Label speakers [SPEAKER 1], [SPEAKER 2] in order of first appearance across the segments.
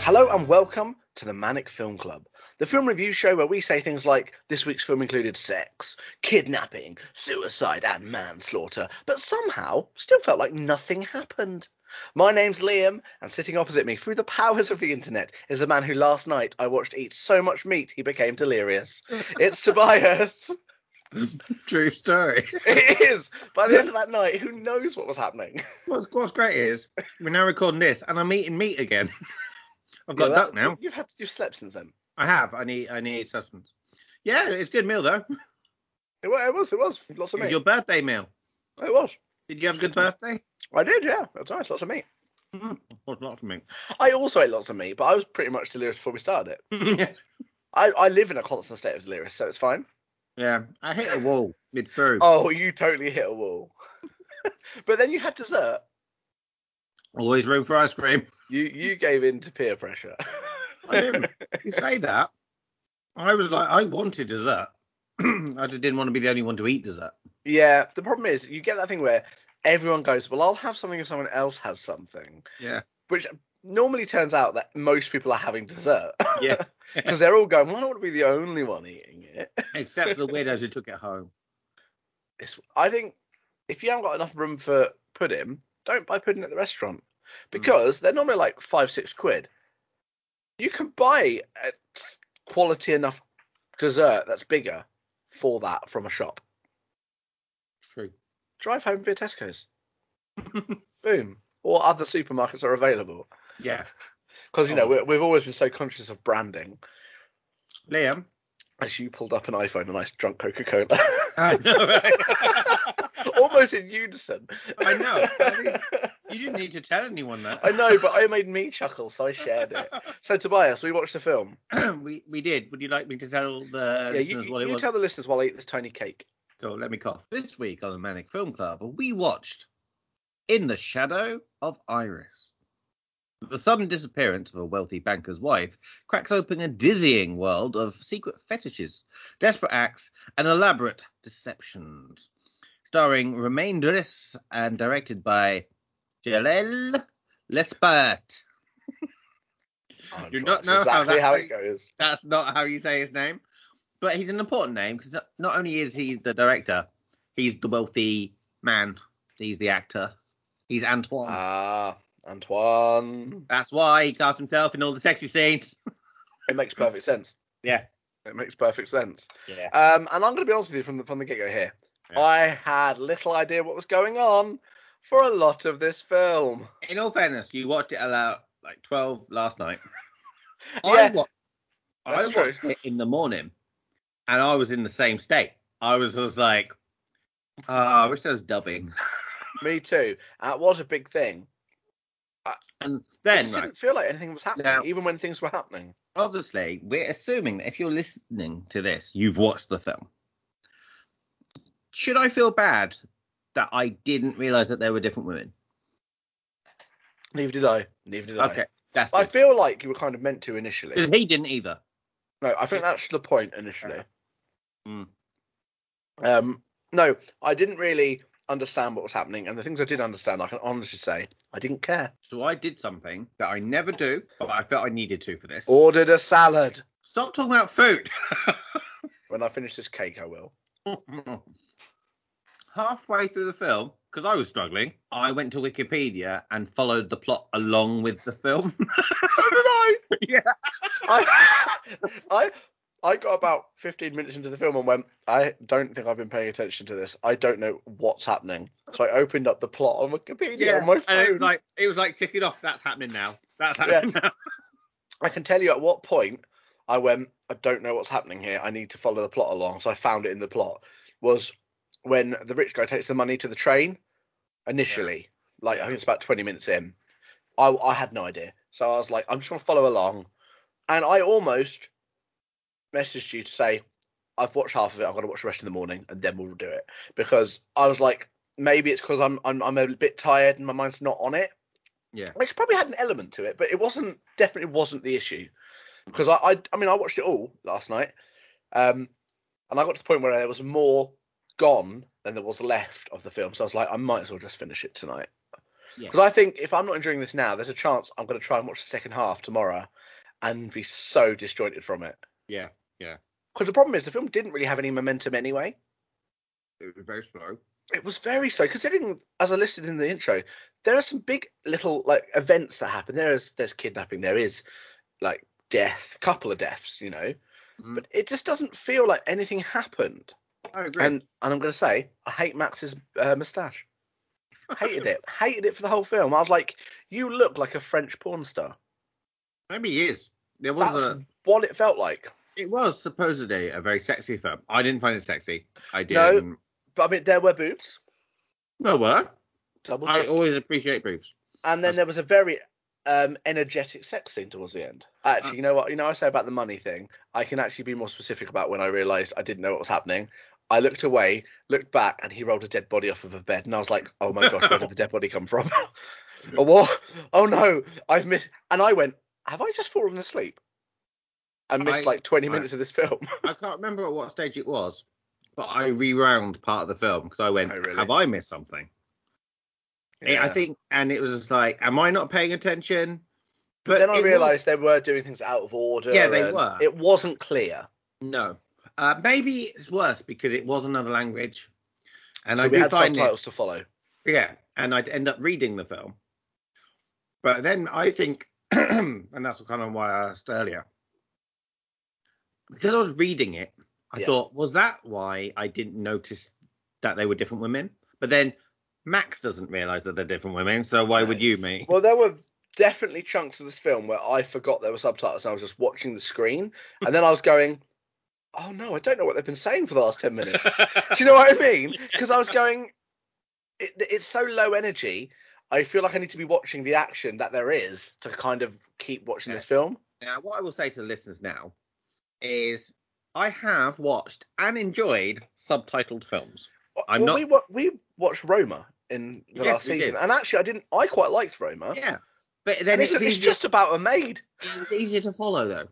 [SPEAKER 1] Hello and welcome to the Manic Film Club, the film review show where we say things like this week's film included sex, kidnapping, suicide, and manslaughter, but somehow still felt like nothing happened. My name's Liam, and sitting opposite me through the powers of the internet is a man who last night I watched eat so much meat he became delirious. It's Tobias.
[SPEAKER 2] True story.
[SPEAKER 1] It is. By the end of that night, who knows what was happening?
[SPEAKER 2] What's, what's great is we're now recording this, and I'm eating meat again. I've got
[SPEAKER 1] Yeah,
[SPEAKER 2] duck
[SPEAKER 1] that-
[SPEAKER 2] now.
[SPEAKER 1] You've had you've slept since then.
[SPEAKER 2] I have. I need. I need sustenance. Yeah, it's a good meal though.
[SPEAKER 1] It wa- it was. It was lots of
[SPEAKER 2] It was
[SPEAKER 1] meat.
[SPEAKER 2] your birthday meal.
[SPEAKER 1] It was.
[SPEAKER 2] Did you have a
[SPEAKER 1] Oh.
[SPEAKER 2] good birthday?
[SPEAKER 1] I did. Yeah, it was nice. Lots of meat.
[SPEAKER 2] Mm, well, not for me.
[SPEAKER 1] I also ate lots of meat, but I was pretty much delirious before we started it.
[SPEAKER 2] yeah,
[SPEAKER 1] I, I live in a constant state of delirious, so it's fine.
[SPEAKER 2] I hit a wall mid food.
[SPEAKER 1] Oh, you totally hit a wall. but then you had dessert.
[SPEAKER 2] Always room for ice cream.
[SPEAKER 1] You you gave in to peer pressure.
[SPEAKER 2] I didn't. you say that. I was like, I wanted dessert. I just didn't want to be the only one to eat dessert.
[SPEAKER 1] yeah, the problem is you get that thing where everyone goes, "Well, I'll have something if someone else has something,"
[SPEAKER 2] Yeah.
[SPEAKER 1] which normally turns out that most people are having dessert.
[SPEAKER 2] Yeah.
[SPEAKER 1] Because they're all going, "Well, I don't want to be the only one eating it."
[SPEAKER 2] Except for the weirdos who took it home.
[SPEAKER 1] it's I think if you haven't got enough room for pudding, don't buy pudding at the
[SPEAKER 2] Hmm.
[SPEAKER 1] restaurant because they're normally like five six quid. You can buy a s- quality enough dessert that's bigger for that from a shop.
[SPEAKER 2] Troo.
[SPEAKER 1] Drive home via Tesco's. Boom. Or other supermarkets are available
[SPEAKER 2] Yeah.
[SPEAKER 1] because
[SPEAKER 2] Oh.
[SPEAKER 1] you know we're, we've always been so conscious of branding.
[SPEAKER 2] Liam.
[SPEAKER 1] As you pulled up an iPhone and I drunk Coca Cola,
[SPEAKER 2] I know.
[SPEAKER 1] almost in unison.
[SPEAKER 2] I know. I mean, you didn't need to tell anyone that.
[SPEAKER 1] I know, but it made me chuckle, so I shared it. So Tobias, we watched the film.
[SPEAKER 2] we we did. Would you like me to tell the
[SPEAKER 1] yeah, you,
[SPEAKER 2] listeners what it
[SPEAKER 1] you
[SPEAKER 2] was?
[SPEAKER 1] tell the listeners while I eat this tiny cake.
[SPEAKER 2] Cool, let me cough. This week on the Manic Film Club, we watched In the Shadow of Iris. The sudden disappearance of a wealthy banker's wife cracks open a dizzying world of secret fetishes, desperate acts, and elaborate deceptions. Starring Romain Duris and directed by Jalel Lespert.
[SPEAKER 1] Oh,
[SPEAKER 2] Do
[SPEAKER 1] God,
[SPEAKER 2] not
[SPEAKER 1] that's
[SPEAKER 2] know how
[SPEAKER 1] exactly
[SPEAKER 2] that
[SPEAKER 1] how, it
[SPEAKER 2] tastes.
[SPEAKER 1] goes.
[SPEAKER 2] that's not how you say his name. But he's an important name because not, not only is he the director, he's the wealthy man. He's the actor. He's Antoine.
[SPEAKER 1] Ah, Antoine.
[SPEAKER 2] that's why he cast himself in all the sexy scenes.
[SPEAKER 1] It makes perfect sense.
[SPEAKER 2] Yeah.
[SPEAKER 1] It makes perfect sense.
[SPEAKER 2] Yeah.
[SPEAKER 1] Um, and I'm going to be honest with you from the from the get go here.
[SPEAKER 2] Yeah.
[SPEAKER 1] I had little idea what was going on for a lot of this film.
[SPEAKER 2] In all fairness, you watched it about like twelve last night.
[SPEAKER 1] Yeah,
[SPEAKER 2] I, wa- I
[SPEAKER 1] that's true.
[SPEAKER 2] watched it in the morning, and I was in the same state. I was just like, oh, I wish there was dubbing.
[SPEAKER 1] Me too. That was a big thing.
[SPEAKER 2] And
[SPEAKER 1] It
[SPEAKER 2] then
[SPEAKER 1] just
[SPEAKER 2] right,
[SPEAKER 1] didn't feel like anything was happening,
[SPEAKER 2] Now-
[SPEAKER 1] even when things were happening.
[SPEAKER 2] obviously, we're assuming that if you're listening to this, you've watched the film. Should I feel bad that I didn't realize that there were different women?
[SPEAKER 1] Neither did I. Neither did I.
[SPEAKER 2] Okay, that's
[SPEAKER 1] I
[SPEAKER 2] good.
[SPEAKER 1] feel like you were kind of meant to initially.
[SPEAKER 2] 'Cause he didn't either.
[SPEAKER 1] No, I think that's the point initially. Hmm.
[SPEAKER 2] Mm.
[SPEAKER 1] Um, no, I didn't really understand what was happening, and the things I did understand, I can honestly say, I didn't care.
[SPEAKER 2] So I did something that I never do, but I felt I needed to for this.
[SPEAKER 1] Ordered a salad.
[SPEAKER 2] Stop talking about food.
[SPEAKER 1] When I finish this cake, I will.
[SPEAKER 2] Halfway through the film, because I was struggling, I went to Wikipedia and followed the plot along with the film.
[SPEAKER 1] So did I.
[SPEAKER 2] Yeah.
[SPEAKER 1] I, I, I got about 15 minutes into the film and went, I don't think I've been paying attention to this. I don't know what's happening. So I opened up the plot on Wikipedia on my
[SPEAKER 2] and it was
[SPEAKER 1] phone.
[SPEAKER 2] like it was like tick it off. That's happening now. That's
[SPEAKER 1] Yeah.
[SPEAKER 2] happening now.
[SPEAKER 1] I can tell you at what point I went, I don't know what's happening here. I need to follow the plot along. So I found it in the plot was when the rich guy takes the money to the train initially. Like I think it's about 20 minutes in. I, I had no idea. So I was like, I'm just going to follow along. And I almost messaged you to say, I've watched half of it. I'm going to watch the rest in the morning and then we'll do it. Because I was like, maybe it's because I'm, I'm, I'm a bit tired and my mind's not on it
[SPEAKER 2] Yeah.
[SPEAKER 1] which probably had an element to it, but it wasn't definitely wasn't the issue because I, I I mean I watched it all last night, um, and I got to the point where there was more gone than there was left of the film, so I was like I might as well just finish it tonight.
[SPEAKER 2] Yeah.
[SPEAKER 1] Because I think if I'm not enjoying this now, there's a chance I'm going to try and watch the second half tomorrow and be so disjointed from it.
[SPEAKER 2] Yeah, yeah.
[SPEAKER 1] Because the problem is the film didn't really have any momentum anyway.
[SPEAKER 2] It would be very slow.
[SPEAKER 1] It was very slow. Considering, as I listed in the intro, there are some big little like events that happen. There is there's kidnapping. There is like death, couple of deaths, you know.
[SPEAKER 2] Mm.
[SPEAKER 1] But it just doesn't feel like anything happened.
[SPEAKER 2] I agree.
[SPEAKER 1] And and I'm going to say I hate Max's uh, mustache. Hated it. Hated it for the whole film. I was like, you look like a French porn star.
[SPEAKER 2] Maybe he is. There was
[SPEAKER 1] That's
[SPEAKER 2] a.
[SPEAKER 1] what it felt like.
[SPEAKER 2] It was supposedly a very sexy film. I didn't find it sexy. I
[SPEAKER 1] No.
[SPEAKER 2] didn't.
[SPEAKER 1] But I mean, there were boobs.
[SPEAKER 2] No, what?
[SPEAKER 1] Double
[SPEAKER 2] I
[SPEAKER 1] check.
[SPEAKER 2] always appreciate boobs.
[SPEAKER 1] And then there was a very um, energetic sex scene towards the end.
[SPEAKER 2] Uh-huh.
[SPEAKER 1] Actually, you know what? You know, I say about the money thing. I can actually be more specific about when I realised I didn't know what was happening. I looked away, looked back, and he rolled a dead body off of a bed, and I was like, "Oh my gosh, where did the dead body come from? or what? Oh no, I've missed." And I went, "Have I just fallen asleep?" I missed
[SPEAKER 2] I-
[SPEAKER 1] like twenty
[SPEAKER 2] I-
[SPEAKER 1] minutes of this film.
[SPEAKER 2] I can't remember at what stage it was, but I rewound part of the film because I went,
[SPEAKER 1] Oh, really?
[SPEAKER 2] "Have I missed something?" I
[SPEAKER 1] Yeah.
[SPEAKER 2] think, and it was just like, "Am I not paying attention?"
[SPEAKER 1] But then I
[SPEAKER 2] it was-
[SPEAKER 1] realised they were doing things out of order.
[SPEAKER 2] Yeah, they
[SPEAKER 1] and
[SPEAKER 2] were.
[SPEAKER 1] It wasn't clear.
[SPEAKER 2] no. Uh, maybe it's worse because it was another language, and
[SPEAKER 1] so
[SPEAKER 2] I
[SPEAKER 1] we
[SPEAKER 2] do
[SPEAKER 1] had
[SPEAKER 2] find
[SPEAKER 1] subtitles
[SPEAKER 2] this.
[SPEAKER 1] to follow.
[SPEAKER 2] Yeah, and I'd end up reading the film. But then I think, and that's kind of why I asked earlier, because I was reading it, I
[SPEAKER 1] Yeah.
[SPEAKER 2] thought, was that why I didn't notice that they were different women? But then Max doesn't realize that they're different women, so why
[SPEAKER 1] No.
[SPEAKER 2] would you, mate?
[SPEAKER 1] Well, there were definitely chunks of this film where I forgot there were subtitles and I was just watching the screen. And then I was going, oh no, I don't know what they've been saying for the last 10 minutes. Do you know what I mean? Because I was going, it, it's so low energy. I feel like I need to be watching the action that there is to kind of keep watching this film.
[SPEAKER 2] Now, what I will say to the listeners now is I have watched and enjoyed subtitled films. I'm
[SPEAKER 1] Uh, well,
[SPEAKER 2] not-
[SPEAKER 1] we, wa- we watched Roma in the
[SPEAKER 2] Yes,
[SPEAKER 1] last
[SPEAKER 2] we
[SPEAKER 1] season.
[SPEAKER 2] did.
[SPEAKER 1] And actually, I didn't. I quite liked Roma.
[SPEAKER 2] Yeah. But then
[SPEAKER 1] And
[SPEAKER 2] it's,
[SPEAKER 1] it's, it's
[SPEAKER 2] easier,
[SPEAKER 1] just about a maid.
[SPEAKER 2] it's easier to follow, though.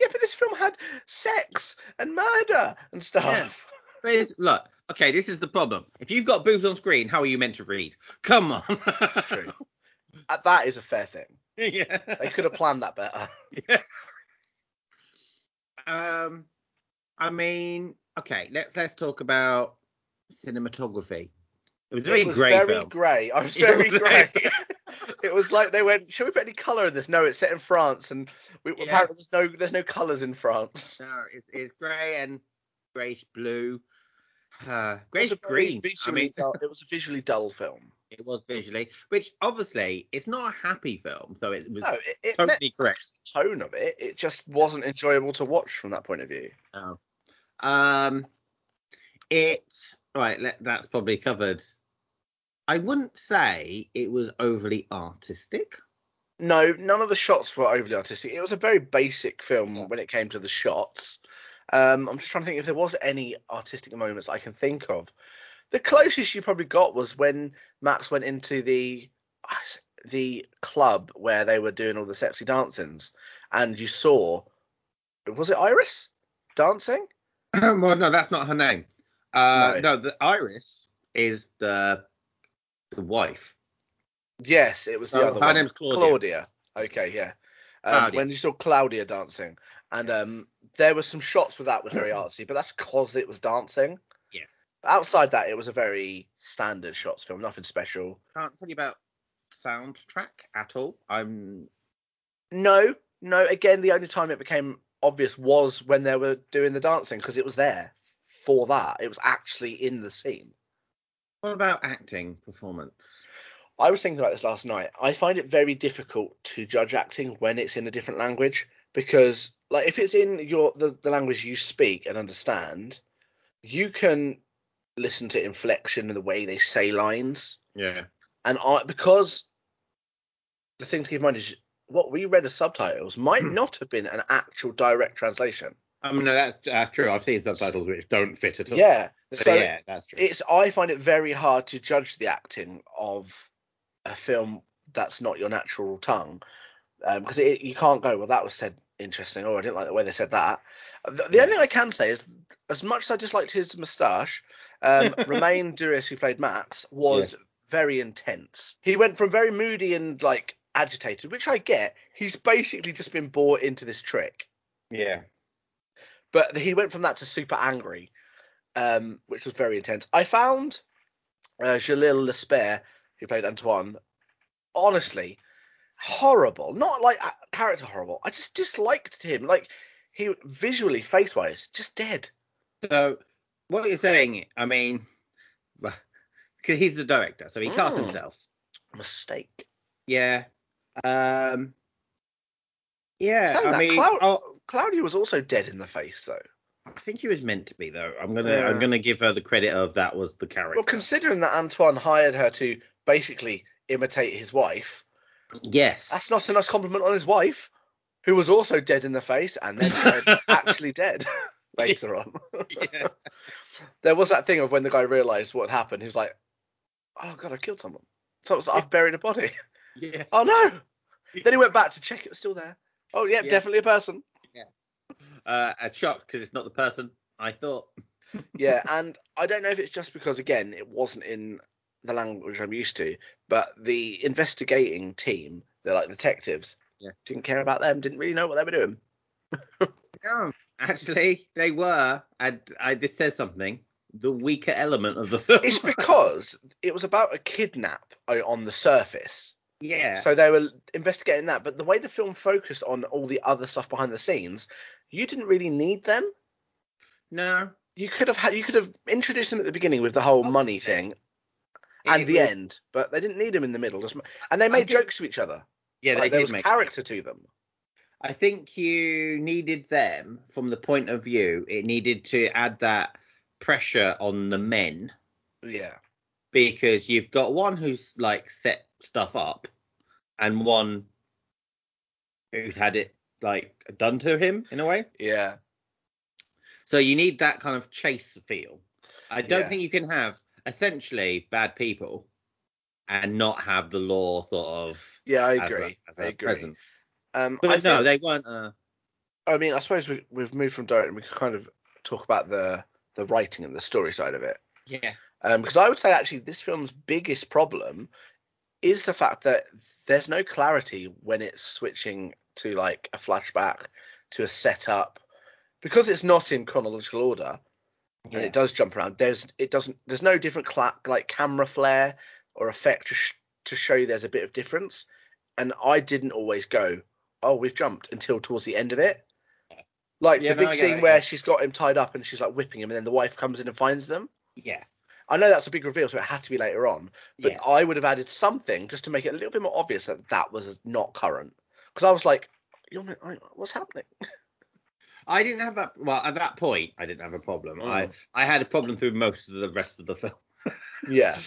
[SPEAKER 1] Yeah, but this film had sex and murder and stuff.
[SPEAKER 2] Yeah. But it's- look, okay, this is the problem. If you've got boobs on screen, how are you meant to read? Come on.
[SPEAKER 1] It's true. Uh, that is a fair thing.
[SPEAKER 2] yeah.
[SPEAKER 1] They could have planned that better.
[SPEAKER 2] Um, I mean, okay, let's let's talk about cinematography. It was a very
[SPEAKER 1] it was
[SPEAKER 2] grey
[SPEAKER 1] very
[SPEAKER 2] film.
[SPEAKER 1] grey. I was
[SPEAKER 2] It
[SPEAKER 1] very
[SPEAKER 2] was
[SPEAKER 1] grey. it was like they went, "Shall we put any colour in this?" No, it's set in France, and we,
[SPEAKER 2] Yeah.
[SPEAKER 1] apparently there's no there's no colours in France.
[SPEAKER 2] no, it, it's grey and greyish blue, uh,
[SPEAKER 1] It was
[SPEAKER 2] greyish
[SPEAKER 1] a very
[SPEAKER 2] green. I
[SPEAKER 1] visually
[SPEAKER 2] mean,
[SPEAKER 1] dull- it was a visually dull film.
[SPEAKER 2] it was visually, which obviously it's not a happy film, so it was
[SPEAKER 1] No, it, it met
[SPEAKER 2] totally correct.
[SPEAKER 1] the tone of it. It just wasn't enjoyable to watch from that point of view.
[SPEAKER 2] Oh. Um, it right. Let, that's probably covered. I wouldn't say it was overly artistic.
[SPEAKER 1] No, none of the shots were overly artistic. It was a very basic film
[SPEAKER 2] Yeah.
[SPEAKER 1] when it came to the shots. Um, I'm just trying to think if there was any artistic moments I can think of. The closest you probably got was when Max went into the the club where they were doing all the sexy dancings, and you saw was it Iris dancing?
[SPEAKER 2] well, no, that's not her name. Uh,
[SPEAKER 1] No.
[SPEAKER 2] no. the Iris is the the wife.
[SPEAKER 1] Yes, it was the
[SPEAKER 2] Oh,
[SPEAKER 1] other
[SPEAKER 2] her
[SPEAKER 1] one.
[SPEAKER 2] name's Claudia.
[SPEAKER 1] Claudia. Okay, yeah. Um,
[SPEAKER 2] Claudia.
[SPEAKER 1] When you saw Claudia dancing, and um, there were some shots with that was very artsy, but that's because it was dancing.
[SPEAKER 2] Mm-hmm. Yeah.
[SPEAKER 1] Outside that, it was a very standard shots film, nothing special.
[SPEAKER 2] Can't tell you about soundtrack at all. I'm
[SPEAKER 1] No, no. Again, the only time it became obvious was when they were doing the dancing because it was there for that. It was actually in the scene.
[SPEAKER 2] what about acting performance?
[SPEAKER 1] I was thinking about this last night. I find it very difficult to judge acting when it's in a different language because, like, if it's in your the, the language you speak and understand, you can listen to inflection and the way they say lines.
[SPEAKER 2] Yeah.
[SPEAKER 1] And I, because the thing to keep in mind is what we read as subtitles might
[SPEAKER 2] Hmm.
[SPEAKER 1] not have been an actual direct translation.
[SPEAKER 2] I mean, no, that's uh, true. I've seen subtitles which don't fit at all.
[SPEAKER 1] Yeah.
[SPEAKER 2] But
[SPEAKER 1] So
[SPEAKER 2] yeah, that's true.
[SPEAKER 1] it's I find it very hard to judge the acting of a film that's not your natural tongue because it you can't go well that was said interesting or I didn't like the way they said that. The, the only thing I can say is as much as I disliked his moustache, um, Romain Duris who played Max was very intense. He went from very moody and like agitated, which I get. He's basically just been bought into this trick.
[SPEAKER 3] Yeah.
[SPEAKER 1] But he went from that to super angry, um, which was very intense. I found uh, Jalil Lesper, who played Antoine, honestly horrible. Not like uh, character horrible. I just disliked him. Like he visually, face wise, just dead.
[SPEAKER 2] So, what you're saying, I mean, because he's the director, so he cast
[SPEAKER 1] Mm.
[SPEAKER 2] himself.
[SPEAKER 1] Mistake.
[SPEAKER 2] Yeah. Um. Yeah,
[SPEAKER 1] Saying
[SPEAKER 2] I
[SPEAKER 1] that,
[SPEAKER 2] mean,
[SPEAKER 1] Cloud-
[SPEAKER 2] I'll-
[SPEAKER 1] Claudia was also dead in the face though.
[SPEAKER 2] I think he was meant to be though. I'm gonna,
[SPEAKER 1] Yeah.
[SPEAKER 2] I'm gonna give her the credit of that was the character.
[SPEAKER 1] Well, considering that Antoine hired her to basically imitate his wife,
[SPEAKER 2] yes,
[SPEAKER 1] that's not a nice compliment on his wife, who was also dead in the face and then uh, actually dead later on.
[SPEAKER 2] Yeah.
[SPEAKER 1] There was that thing of when the guy realised what had happened, he was like, "Oh God, I've killed someone." So it was like, I've buried a body.
[SPEAKER 2] yeah.
[SPEAKER 1] Oh no! Then he went back to check it was still there. Oh yeah,
[SPEAKER 2] Yeah.
[SPEAKER 1] definitely a person.
[SPEAKER 2] Uh, a shock because it's not the person I thought.
[SPEAKER 1] Yeah, and I don't know if it's just because again it wasn't in the language I'm used to, but the investigating team, they're like detectives.
[SPEAKER 2] Yeah.
[SPEAKER 1] Didn't care about them. Didn't really know what they were doing.
[SPEAKER 2] No, actually, they were. And I, this says something. The weaker element of the film.
[SPEAKER 1] It's because it was about a kidnap o- on the surface,
[SPEAKER 2] yeah.
[SPEAKER 1] so they were investigating that. But the way the film focused on all the other stuff behind the scenes, you didn't really need them.
[SPEAKER 2] no.
[SPEAKER 1] You could have had, you could have introduced them at the beginning with the whole money
[SPEAKER 2] Obviously.
[SPEAKER 1] thing and
[SPEAKER 2] It
[SPEAKER 1] the
[SPEAKER 2] was-
[SPEAKER 1] end, but they didn't need him in the middle. Just, and they
[SPEAKER 2] I
[SPEAKER 1] made
[SPEAKER 2] think-
[SPEAKER 1] jokes to each other.
[SPEAKER 2] Yeah,
[SPEAKER 1] Like,
[SPEAKER 2] they
[SPEAKER 1] there
[SPEAKER 2] did
[SPEAKER 1] was
[SPEAKER 2] make
[SPEAKER 1] character to them.
[SPEAKER 2] I think you needed them from the point of view. It needed to add that pressure on the men
[SPEAKER 1] Yeah.
[SPEAKER 2] because you've got one who's like set stuff up and one who's had it like done to him in a way.
[SPEAKER 1] Yeah.
[SPEAKER 2] So you need that kind of chase feel. I don't
[SPEAKER 1] Yeah.
[SPEAKER 2] think you can have essentially bad people and not have the law sort of
[SPEAKER 1] Yeah, I
[SPEAKER 2] as a-
[SPEAKER 1] agree.
[SPEAKER 2] as
[SPEAKER 1] I
[SPEAKER 2] a
[SPEAKER 1] agree.
[SPEAKER 2] presence.
[SPEAKER 1] Um,
[SPEAKER 2] But
[SPEAKER 1] I,
[SPEAKER 2] no,
[SPEAKER 1] think-
[SPEAKER 2] they weren't. Uh,
[SPEAKER 1] I mean, I suppose we, we've moved from direct and we can kind of talk about the, the writing and the story side of it.
[SPEAKER 2] yeah,
[SPEAKER 1] Um, because I would say actually this film's biggest problem is the fact that there's no clarity when it's switching to like a flashback to a setup because it's not in chronological order and
[SPEAKER 2] Yeah.
[SPEAKER 1] it does jump around. There's it doesn't there's no different cla- like camera flare or effect to, sh- to show there's a bit of difference. And I didn't always go, oh, we've jumped until towards the end of it. Like
[SPEAKER 2] Yeah,
[SPEAKER 1] the
[SPEAKER 2] no,
[SPEAKER 1] big
[SPEAKER 2] I get
[SPEAKER 1] scene
[SPEAKER 2] it,
[SPEAKER 1] where
[SPEAKER 2] yeah.
[SPEAKER 1] she's got him tied up and she's like whipping him, and then the wife comes in and finds them.
[SPEAKER 2] yeah,
[SPEAKER 1] I know that's a big reveal, so it had to be later on. But
[SPEAKER 2] yes.
[SPEAKER 1] I would have added something just to make it a little bit more obvious that that was not current. Because I was like, You're, I- what's happening?
[SPEAKER 2] I didn't have that. Well, at that point, I didn't have a problem. I
[SPEAKER 1] Mm.
[SPEAKER 2] I had a problem through most of the rest of the film.
[SPEAKER 1] Yeah.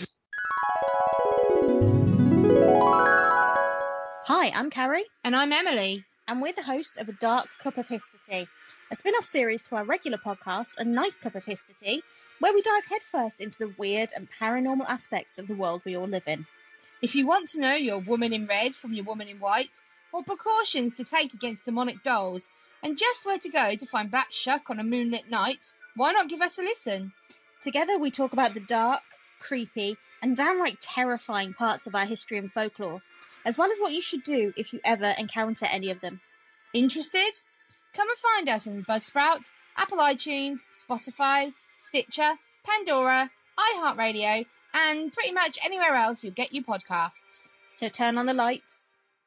[SPEAKER 4] Hi, I'm Carrie, and I'm Emily, and we're the hosts of A Dark Cup of History, Tea, a spin off series to our regular podcast, A Nice Cup of History, Tea, where we dive headfirst into the weird and paranormal aspects of the world we all live in.
[SPEAKER 5] If you want to know your woman in red from your woman in white, or precautions to take against demonic dolls, and just where to go to find Black Shuck on a moonlit night, why not give us a listen?
[SPEAKER 4] Together, we talk about the dark, creepy, and downright terrifying parts of our history and folklore, as well as what you should do if you ever encounter any of them.
[SPEAKER 5] Interested? Come and find us on Buzzsprout, Apple iTunes, Spotify, Stitcher, Pandora, iHeartRadio, and pretty much anywhere else you get your podcasts.
[SPEAKER 4] So turn on the lights,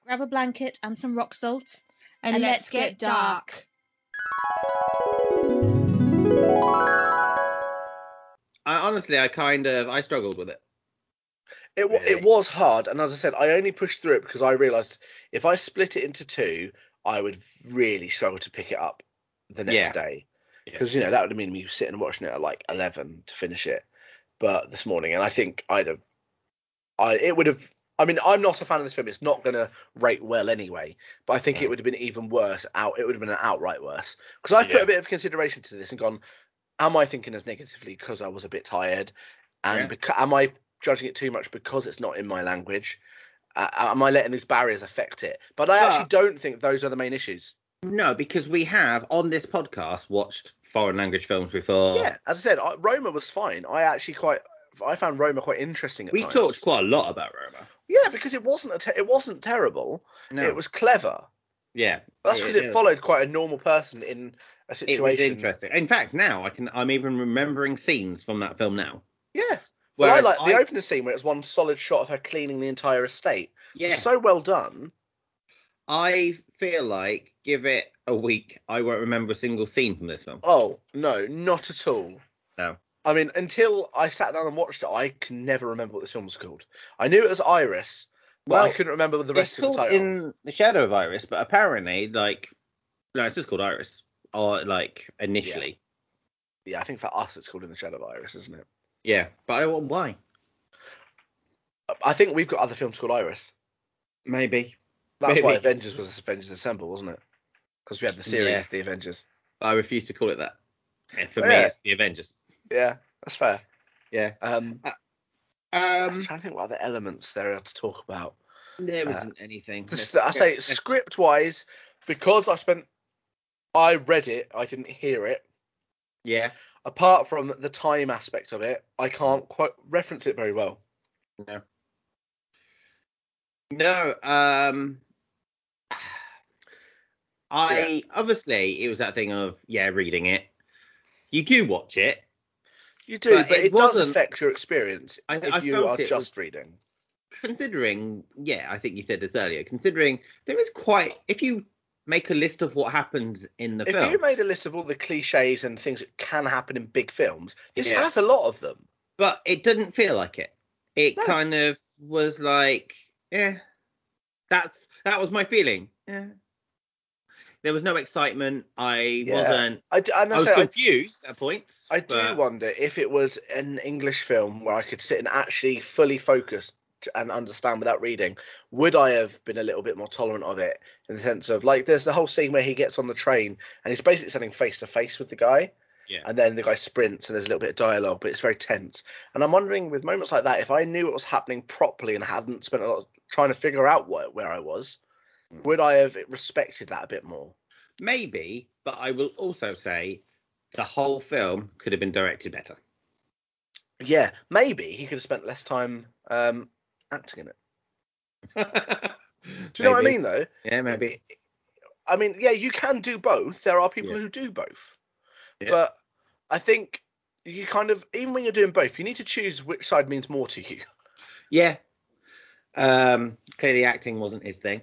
[SPEAKER 4] grab a blanket and some rock salt.
[SPEAKER 5] And, let's, get, dark.
[SPEAKER 2] I honestly, I kind of I struggled with it.
[SPEAKER 1] It, wa it
[SPEAKER 2] Really?
[SPEAKER 1] was hard. And as I said, I only pushed through it because I realised if I split it into two, I would really struggle to pick it up the next
[SPEAKER 2] Yeah.
[SPEAKER 1] day.
[SPEAKER 2] Yeah.
[SPEAKER 1] Because, you know, that would have mean me sitting and watching it at like 11 to finish it. But this morning, and I think I'd have, I it would have. I mean, I'm not a fan of this film. It's not going to rate well anyway. But I think it
[SPEAKER 2] Right.
[SPEAKER 1] would have been even worse. Out, it would have been an outright worse. Because I have put
[SPEAKER 2] Yeah.
[SPEAKER 1] a bit of consideration to this and gone, am I thinking as negatively because I was a bit tired, and becau- am I judging it too much because it's not in my language? Uh, am I letting these barriers affect it? But I actually
[SPEAKER 2] But-
[SPEAKER 1] don't think those are the main issues.
[SPEAKER 2] No, because we have on this podcast watched foreign language films before.
[SPEAKER 1] yeah, as I said, I, Roma was fine. I actually quite I found Roma quite interesting at
[SPEAKER 2] We
[SPEAKER 1] times.
[SPEAKER 2] talked quite a lot about Roma.
[SPEAKER 1] Yeah, because it wasn't a te- it wasn't terrible.
[SPEAKER 6] No.
[SPEAKER 1] It was clever.
[SPEAKER 2] Yeah,
[SPEAKER 1] That's because it, followed quite a normal person in a
[SPEAKER 2] It was
[SPEAKER 1] situation.
[SPEAKER 2] interesting. In fact, now I can. I'm even remembering scenes from that film now.
[SPEAKER 1] Yeah. Well, I
[SPEAKER 2] Whereas
[SPEAKER 1] like the opening scene where it's one solid shot of her cleaning the entire estate.
[SPEAKER 2] Yeah,
[SPEAKER 1] So well done.
[SPEAKER 2] I feel like give it a week, I won't remember a single scene from this film.
[SPEAKER 1] Oh no, not at all.
[SPEAKER 2] No.
[SPEAKER 1] I mean, until I sat down and watched it, I can never remember what this film was called. I knew it was Iris, but I couldn't remember the rest
[SPEAKER 2] it's
[SPEAKER 1] of the
[SPEAKER 2] called
[SPEAKER 1] title.
[SPEAKER 2] in the Shadow of Iris, but apparently, like, no, it's just called Iris, or like initially,
[SPEAKER 1] Yeah, I think for us it's called In the Shadow of Iris, isn't it?
[SPEAKER 2] yeah. But I don't why.
[SPEAKER 1] I think we've got other films called Iris.
[SPEAKER 2] Maybe
[SPEAKER 1] That's why
[SPEAKER 2] Maybe.
[SPEAKER 1] Avengers was Avengers Assemble, wasn't it? Because we had the series,
[SPEAKER 2] Yeah.
[SPEAKER 1] The Avengers.
[SPEAKER 2] but I refuse to call it that. And for me,
[SPEAKER 1] Yeah.
[SPEAKER 2] it's the Avengers.
[SPEAKER 1] Yeah, that's fair.
[SPEAKER 2] Yeah.
[SPEAKER 1] Um, I'm
[SPEAKER 2] Um,
[SPEAKER 1] trying to think what other elements there are to talk about.
[SPEAKER 2] there
[SPEAKER 1] uh,
[SPEAKER 2] isn't anything.
[SPEAKER 1] The st- I say script wise, because I spent, I read it, I didn't hear it.
[SPEAKER 2] yeah,
[SPEAKER 1] Apart from the time aspect of it, I can't quite reference it very well.
[SPEAKER 2] no. Um, I obviously it was that thing of yeah, reading it. You do watch it,
[SPEAKER 1] You do, but,
[SPEAKER 2] But
[SPEAKER 1] it,
[SPEAKER 2] it
[SPEAKER 1] does
[SPEAKER 2] wasn't-
[SPEAKER 1] affect your experience
[SPEAKER 2] I-
[SPEAKER 1] if
[SPEAKER 2] I
[SPEAKER 1] you
[SPEAKER 2] felt
[SPEAKER 1] are
[SPEAKER 2] it
[SPEAKER 1] just
[SPEAKER 2] was-
[SPEAKER 1] reading.
[SPEAKER 2] considering yeah i think you said this earlier considering there is quite if you make a list of what happens in the
[SPEAKER 1] If
[SPEAKER 2] film
[SPEAKER 1] you made a list of all the cliches and things that can happen in big films, this
[SPEAKER 2] Yeah.
[SPEAKER 1] has a lot of them.
[SPEAKER 2] but it didn't feel like it it
[SPEAKER 1] No.
[SPEAKER 2] kind of was like yeah that's that was my feeling yeah there was no excitement i
[SPEAKER 1] Yeah.
[SPEAKER 2] wasn't
[SPEAKER 1] I, d- and
[SPEAKER 2] i
[SPEAKER 1] I,
[SPEAKER 2] was
[SPEAKER 1] say, I
[SPEAKER 2] confused at points
[SPEAKER 1] I do
[SPEAKER 2] but
[SPEAKER 1] wonder if it was an English film where I could sit and actually fully focus t- and understand without reading, would I have been a little bit more tolerant of it in the sense of like there's the whole scene where he gets on the train and he's basically standing face to face with the guy.
[SPEAKER 2] Yeah.
[SPEAKER 1] And then the guy sprints and there's a little bit of dialogue, but it's very tense. And I'm wondering with moments like that, if I knew what was happening properly and hadn't spent a lot of trying to figure out what, where I was,
[SPEAKER 2] Mm.
[SPEAKER 1] would I have respected that a bit more?
[SPEAKER 2] maybe but i will also say the whole film could have been directed better
[SPEAKER 1] Yeah, maybe he could have spent less time um, acting in it. Do you know what I mean though?
[SPEAKER 2] yeah maybe
[SPEAKER 1] I mean, yeah, you can do both. There are people
[SPEAKER 2] Yeah.
[SPEAKER 1] who do both.
[SPEAKER 2] Yeah.
[SPEAKER 1] But I think you kind of even when you're doing both, you need to choose which side means more to you.
[SPEAKER 2] Yeah. Um, clearly, acting wasn't his thing.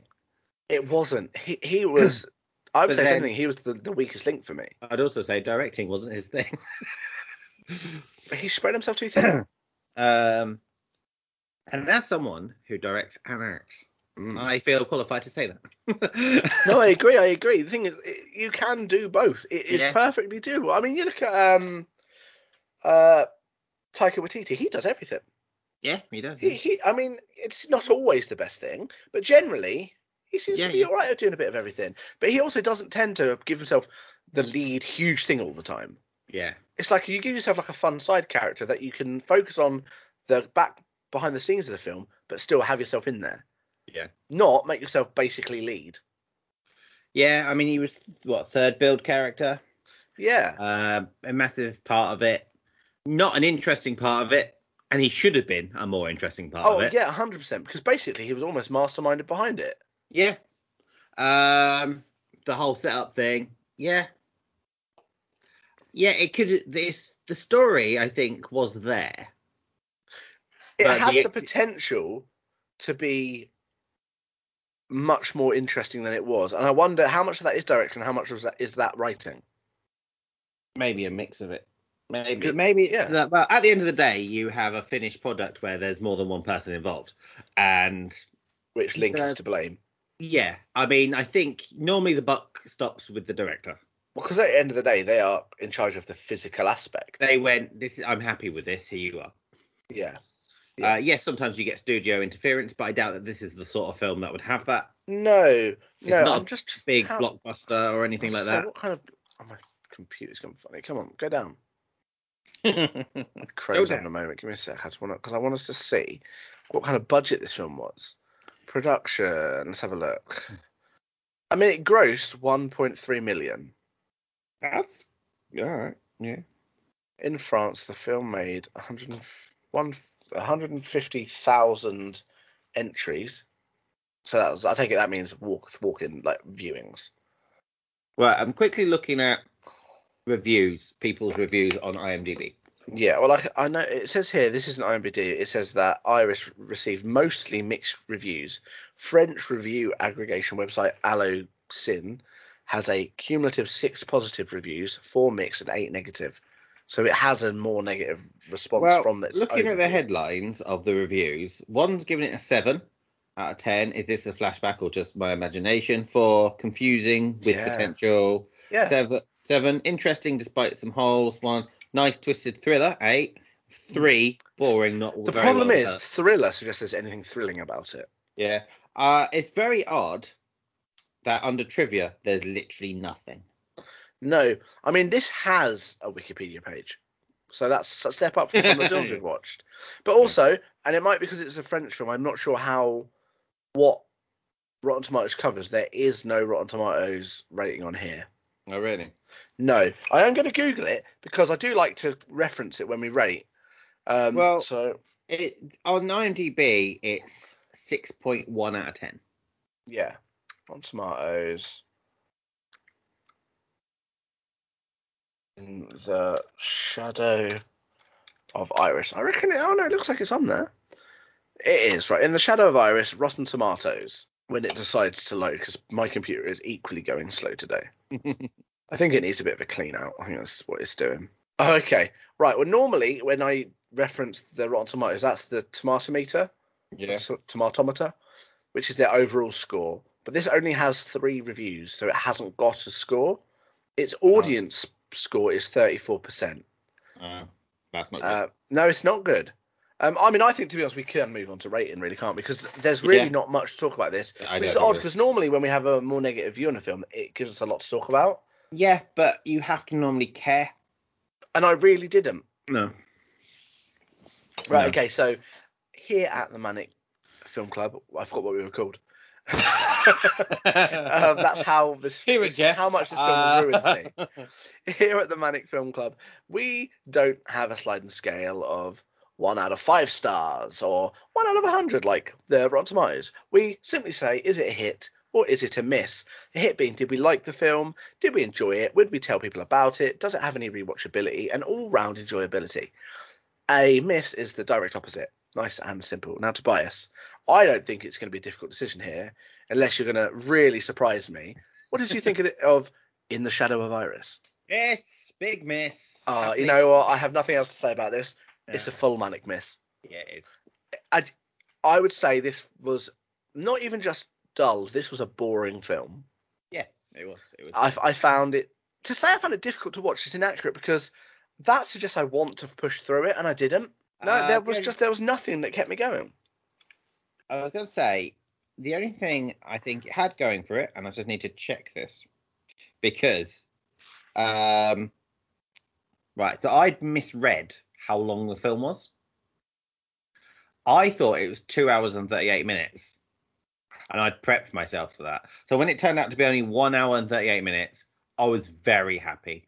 [SPEAKER 1] It wasn't. He he was I would
[SPEAKER 2] But
[SPEAKER 1] say
[SPEAKER 2] then-
[SPEAKER 1] something, he was the, the weakest link for me.
[SPEAKER 2] I'd also say directing wasn't his thing.
[SPEAKER 1] But he spread himself too thin.
[SPEAKER 2] Um, and as someone who directs and acts,
[SPEAKER 1] Mm.
[SPEAKER 2] I feel qualified to say that.
[SPEAKER 1] no, I agree, I agree. The thing is it, you can do both. It is
[SPEAKER 2] Yeah.
[SPEAKER 1] perfectly doable. I mean you look at um uh Taika Waititi, he does everything.
[SPEAKER 2] yeah, he does.
[SPEAKER 1] He,
[SPEAKER 2] yeah.
[SPEAKER 1] he, I mean, it's not always the best thing, but generally he seems
[SPEAKER 2] Yeah,
[SPEAKER 1] to be
[SPEAKER 2] yeah.
[SPEAKER 1] all right at doing a bit of everything. But he also doesn't tend to give himself the lead huge thing all the time.
[SPEAKER 2] Yeah.
[SPEAKER 1] It's like you give yourself like a fun side character that you can focus on the back behind the scenes of the film, but still have yourself in there.
[SPEAKER 2] Yeah.
[SPEAKER 1] Not make yourself basically lead.
[SPEAKER 2] Yeah, I mean, he was what third build character.
[SPEAKER 1] Yeah.
[SPEAKER 2] Uh, a massive part of it, not an interesting part of it, and he should have been a more interesting part
[SPEAKER 1] Oh
[SPEAKER 2] of it.
[SPEAKER 1] yeah, hundred percent. Because basically he was almost masterminded behind it.
[SPEAKER 2] Yeah. Um, the whole setup thing. Yeah. Yeah, it could. This the story I think was there.
[SPEAKER 1] It
[SPEAKER 2] But
[SPEAKER 1] had
[SPEAKER 2] the
[SPEAKER 1] the
[SPEAKER 2] ex-
[SPEAKER 1] potential to be much more interesting than it was, and I wonder how much of that is direction, how much of that is that writing.
[SPEAKER 2] Maybe a mix of it. Maybe
[SPEAKER 1] Good.
[SPEAKER 2] maybe it's
[SPEAKER 1] Yeah.
[SPEAKER 2] that, but at the end of the day, you have a finished product where there's more than one person involved, and
[SPEAKER 1] Which Link is
[SPEAKER 2] Yeah.
[SPEAKER 1] to blame?
[SPEAKER 2] yeah, I mean, I think normally the buck stops with the director.
[SPEAKER 1] Because at the end of the day, they are in charge of the physical aspect.
[SPEAKER 2] They went, "This is I'm happy with this. Here you are."
[SPEAKER 1] Yeah.
[SPEAKER 2] Uh, yes, sometimes you get studio interference, but I doubt that this is the sort of film that would have that.
[SPEAKER 1] No,
[SPEAKER 2] It's
[SPEAKER 1] no,
[SPEAKER 2] not
[SPEAKER 1] I'm
[SPEAKER 2] a
[SPEAKER 1] just
[SPEAKER 2] big
[SPEAKER 1] how-
[SPEAKER 2] blockbuster or anything
[SPEAKER 1] So
[SPEAKER 2] like that.
[SPEAKER 1] What kind of? Oh, my computer's gone funny. Come on, go down.
[SPEAKER 2] I
[SPEAKER 1] Crazy
[SPEAKER 2] down.
[SPEAKER 1] in a moment. Give me a sec. I just want because I want us to see what kind of budget this film was. Production. Let's have a look. I mean, it grossed 1.3 million.
[SPEAKER 2] That's all right. Yeah.
[SPEAKER 1] In France, the film made 100. one hundred and fifty thousand entries. So that was, I take it that means walk walk in like viewings.
[SPEAKER 2] Right, I'm quickly looking at reviews, people's reviews on IMDb.
[SPEAKER 1] Yeah, well, I, I know it says here this isn't IMDb. It says that Iris received mostly mixed reviews. French review aggregation website AlloCin has a cumulative six positive reviews, four mixed, and eight negative. So it has a more negative response
[SPEAKER 2] Well,
[SPEAKER 1] from this.
[SPEAKER 2] looking at the
[SPEAKER 1] overview.
[SPEAKER 2] headlines of the reviews, one's giving it a seven out of ten. Is this a flashback or just my imagination? Four, confusing with
[SPEAKER 1] Yeah.
[SPEAKER 2] potential.
[SPEAKER 1] Yeah.
[SPEAKER 2] Seven, seven, interesting despite some holes. One, nice twisted thriller. Eight, three, boring. Not
[SPEAKER 1] The
[SPEAKER 2] very
[SPEAKER 1] problem
[SPEAKER 2] well
[SPEAKER 1] is,
[SPEAKER 2] done.
[SPEAKER 1] Thriller suggests there's anything thrilling about it.
[SPEAKER 2] yeah, uh, it's very odd that under trivia there's literally nothing.
[SPEAKER 1] No, I mean this has a Wikipedia page, so that's a step up from some of the films we've watched. But also, and it might be because it's a French film, I'm not sure how what Rotten Tomatoes covers. There is no Rotten Tomatoes rating on here.
[SPEAKER 2] Oh, really?
[SPEAKER 1] No, I am going to Google it because I do like to reference it when we rate. Um,
[SPEAKER 2] Well-
[SPEAKER 1] so
[SPEAKER 2] It, on IMDb, it's six point one out of ten.
[SPEAKER 1] yeah, Rotten Tomatoes. In the shadow of Iris. I reckon it. Oh no, it looks like it's on there. It is right in the shadow of Iris. Rotten Tomatoes. When it decides to load, because my computer is equally going slow today. I think it needs a bit of a clean out. I think that's what it's doing. Okay, right. Well, normally when I reference the Rotten Tomatoes, that's the tomato meter,
[SPEAKER 2] Yeah.
[SPEAKER 1] so- tomatometer, which is their overall score. But this only has three reviews, so it hasn't got a score. Its
[SPEAKER 2] Uh-huh.
[SPEAKER 1] audience score is thirty-four percent.
[SPEAKER 2] Uh, that's not good.
[SPEAKER 1] Uh, no, it's not good. Um, I mean, I think to be honest, we can move on to rating, really, can't we? Because there's really
[SPEAKER 2] Yeah.
[SPEAKER 1] not much to talk about this.
[SPEAKER 2] I
[SPEAKER 1] Which
[SPEAKER 2] don't
[SPEAKER 1] is odd
[SPEAKER 2] agree.
[SPEAKER 1] because normally when we have a more negative view on a film, it gives us a lot to talk about,
[SPEAKER 2] Yeah, but you have to normally care.
[SPEAKER 1] and I really didn't.
[SPEAKER 2] No.
[SPEAKER 1] Right.
[SPEAKER 2] No.
[SPEAKER 1] Okay. So here at the Manic Film Club, I forgot what we were called. um, that's how this.
[SPEAKER 2] Here
[SPEAKER 1] this-
[SPEAKER 2] is Jeff. Uh,
[SPEAKER 1] How much this film has ruined me. Here at the Manic Film Club, we don't have a sliding scale of one out of five stars or one out of a hundred like the Rotten Tomatoes. We simply say, is it a hit or is it a miss? A hit being, did we like the film? Did we enjoy it? Would we tell people about it? Does it have any rewatchability and all-round enjoyability? A miss is the direct opposite. Nice and simple. Now, Tobias, I don't think it's going to be a difficult decision here, unless you're going to really surprise me. What did you think of, it, of In the Shadow of Iris?
[SPEAKER 2] Yes, big miss.
[SPEAKER 1] Uh,
[SPEAKER 2] Happily-
[SPEAKER 1] you know what? I have nothing else to say about this. It's a
[SPEAKER 2] Yeah.
[SPEAKER 1] full manic miss.
[SPEAKER 2] Yeah, it is.
[SPEAKER 1] I would say this was not even just dull. This was a boring film.
[SPEAKER 2] Yes, it was. It was.
[SPEAKER 1] I, I found it to say I found it difficult to watch is inaccurate because that suggests I want to push through it and I didn't. No,
[SPEAKER 2] Uh,
[SPEAKER 1] there was
[SPEAKER 2] yeah,
[SPEAKER 1] just there was nothing that kept me going.
[SPEAKER 2] I was going to say the only thing I think it had going for it, and I just need to check this because, um, right. So I'd misread how long the film was. I thought it was two hours and thirty-eight minutes, and I'd prepped myself for that. So when it turned out to be only one hour and thirty-eight minutes, I was very happy.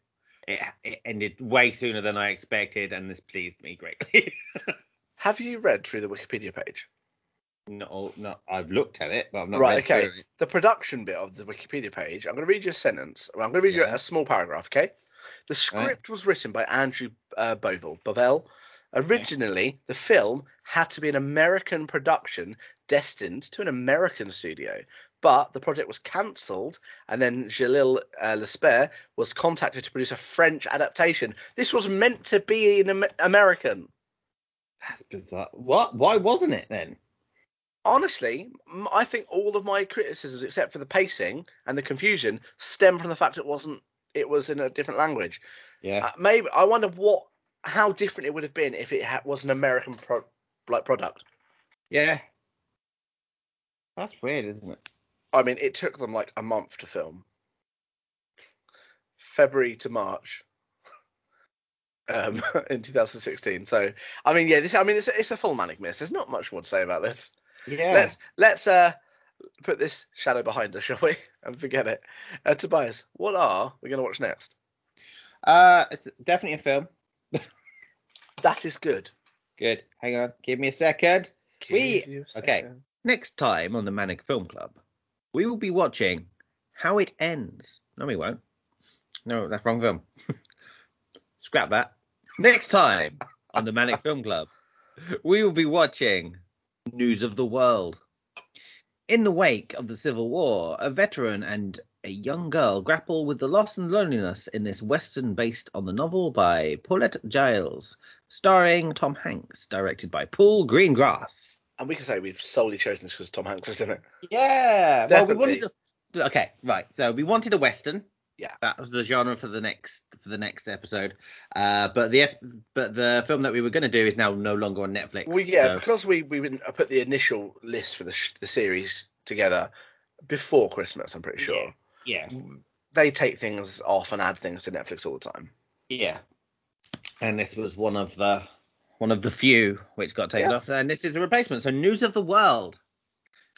[SPEAKER 2] It, it ended way sooner than I expected, and this pleased me greatly.
[SPEAKER 1] Have you read through the Wikipedia page?
[SPEAKER 2] no, no, I've looked at it, but I've not
[SPEAKER 1] Right,
[SPEAKER 2] read
[SPEAKER 1] okay.
[SPEAKER 2] through it.
[SPEAKER 1] the production bit of the Wikipedia page, I'm going to read you a sentence. Well, I'm going to read you
[SPEAKER 2] Yeah.
[SPEAKER 1] a small paragraph, okay? The script
[SPEAKER 2] Right.
[SPEAKER 1] was written by Andrew uh, Bovell. Bovell. Originally, the film had to be an American production destined to an American studio, but the project was cancelled, and then Jalil uh, Lesper was contacted to produce a French adaptation. This was meant to be an Am- American.
[SPEAKER 2] That's bizarre. What? Why wasn't it then?
[SPEAKER 1] honestly, m- I think all of my criticisms, except for the pacing and the confusion, stem from the fact it wasn't. It was in a different language.
[SPEAKER 2] Yeah.
[SPEAKER 1] Uh, maybe I wonder what, how different it would have been if it ha- was an American pro- like product.
[SPEAKER 2] Yeah. That's weird, isn't it?
[SPEAKER 1] I mean, it took them like a month to film, February to March, um, in 2016. So, I mean, yeah, this. I mean, it's a- it's a full manic miss. There's not much more to say about this.
[SPEAKER 2] Yeah.
[SPEAKER 1] let's let's uh put this shadow behind us, shall we? And forget it. Uh, Tobias, what are we going to watch next?
[SPEAKER 2] Uh, it's definitely a film.
[SPEAKER 1] That is good.
[SPEAKER 3] Good. Hang on. Give me a second. We-
[SPEAKER 1] Give you a
[SPEAKER 3] okay.
[SPEAKER 1] second.
[SPEAKER 2] Next time on the Manic Film Club, we will be watching How It Ends. No, we won't. No, that's wrong film. Scrap that. Next time on the Manic Film Club, we will be watching News of the World. In the wake of the Civil War, a veteran and a young girl grapple with the loss and loneliness in this western based on the novel by Paulette Giles, starring Tom Hanks, directed by Paul Greengrass.
[SPEAKER 1] And we can say we've solely chosen this because Tom Hanks is in it.
[SPEAKER 3] Yeah. Well, we
[SPEAKER 1] Definitely.
[SPEAKER 3] wanted to.
[SPEAKER 2] okay right so we wanted a western
[SPEAKER 1] Yeah.
[SPEAKER 2] that was the genre for the next for the next episode uh but the ep- but the film that we were going to do is now no longer on netflix
[SPEAKER 1] Well, yeah,
[SPEAKER 2] so-
[SPEAKER 1] because we we didn't put the initial list for the sh- the series together before Christmas. I'm pretty sure
[SPEAKER 3] Yeah.
[SPEAKER 1] they take things off and add things to Netflix all the time.
[SPEAKER 3] Yeah.
[SPEAKER 2] and this was one of the one of the few which got taken off and this is a replacement so news of the world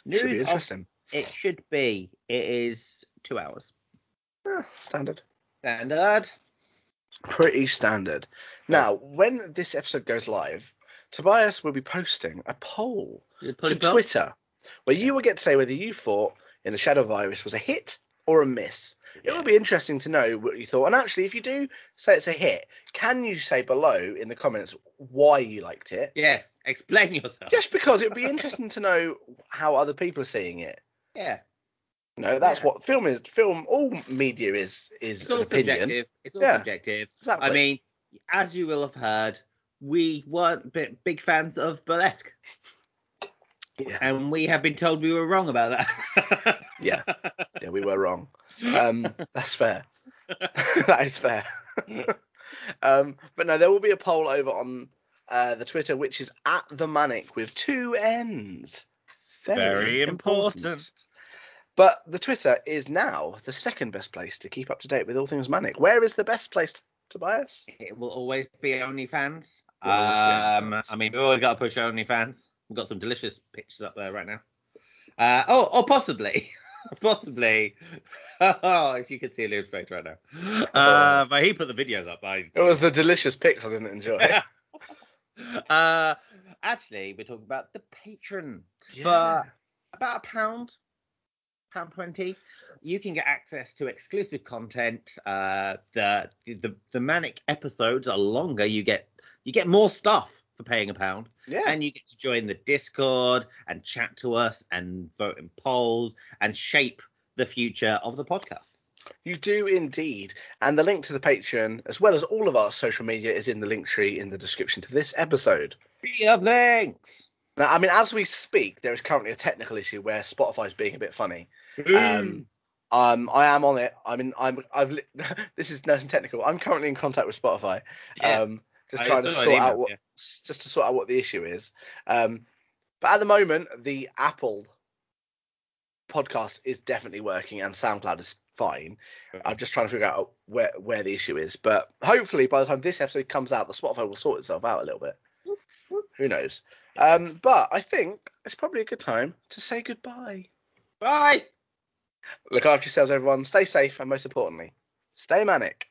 [SPEAKER 2] news
[SPEAKER 1] Should be
[SPEAKER 2] of-
[SPEAKER 1] interesting.
[SPEAKER 2] it should be it is two hours
[SPEAKER 1] Ah, standard.
[SPEAKER 2] standard
[SPEAKER 1] Pretty standard. Now, when this episode goes live, Tobias will be posting a poll to Twitter, where you will get to say whether you thought in the Shadow Virus was a hit or a miss. It would be interesting to know what you thought. And actually, if you do say it's a hit, can you say below in the comments why you liked it?
[SPEAKER 2] yes explain yourself
[SPEAKER 1] Just because it would be interesting to know how other people are seeing it.
[SPEAKER 3] Yeah.
[SPEAKER 1] You know, that's
[SPEAKER 3] Yeah.
[SPEAKER 1] what film is. Film, all media is is
[SPEAKER 2] it's
[SPEAKER 1] an
[SPEAKER 2] all
[SPEAKER 1] opinion.
[SPEAKER 2] subjective it's all
[SPEAKER 1] Yeah.
[SPEAKER 2] subjective
[SPEAKER 1] Exactly.
[SPEAKER 2] I mean, as you will have heard, we weren't bi- big fans of burlesque,
[SPEAKER 1] yeah,
[SPEAKER 2] and we have been told we were wrong about that.
[SPEAKER 1] yeah, yeah, we were wrong. Um, that's fair. that is fair. um, but no, there will be a poll over on uh, the Twitter, which is at the manic with two N's.
[SPEAKER 2] Very important.
[SPEAKER 1] But the Twitter is now the second best place to keep up to date with all things manic. Where is the best place, Tobias?
[SPEAKER 2] it will always be OnlyFans.
[SPEAKER 1] Will always be
[SPEAKER 2] Um,
[SPEAKER 1] OnlyFans.
[SPEAKER 2] I mean, we've already got to push OnlyFans. We've got some delicious pictures up there right now. Uh, oh, or possibly, possibly. Oh, if you could see Lou's face right now.
[SPEAKER 1] Oh.
[SPEAKER 2] Uh, but he put the videos up. I,
[SPEAKER 1] It was the delicious pics I didn't enjoy.
[SPEAKER 2] uh, actually, we're talking about the patron. But- about a pound, pound twenty, you can get access to exclusive content. Uh, the the the manic episodes are longer. You get you get more stuff for paying a pound,
[SPEAKER 1] yeah,
[SPEAKER 2] and you get to join the Discord and chat to us and vote in polls and shape the future of the podcast.
[SPEAKER 1] You do indeed. And the link to the Patreon, as well as all of our social media, is in the link tree in the description to this episode.
[SPEAKER 2] Free of links.
[SPEAKER 1] Now, I mean, as we speak, there is currently a technical issue where Spotify is being a bit funny. Um, um, I am on it. I mean, I'm. I've. Li- this is nice and technical. I'm currently in contact with Spotify. Um, just
[SPEAKER 2] uh, I
[SPEAKER 1] trying to
[SPEAKER 2] saw an
[SPEAKER 1] sort
[SPEAKER 2] email,
[SPEAKER 1] out what,
[SPEAKER 2] yeah.
[SPEAKER 1] just to sort out what the issue is. Um, but at the moment, the Apple podcast is definitely working, and SoundCloud is fine. I'm just trying to figure out where where the issue is. But hopefully, by the time this episode comes out, the Spotify will sort itself out a little bit. Who knows? Um, but I think it's probably a good time to say goodbye.
[SPEAKER 3] Bye.
[SPEAKER 1] Look after yourselves, everyone. Stay safe, and most importantly, stay manic.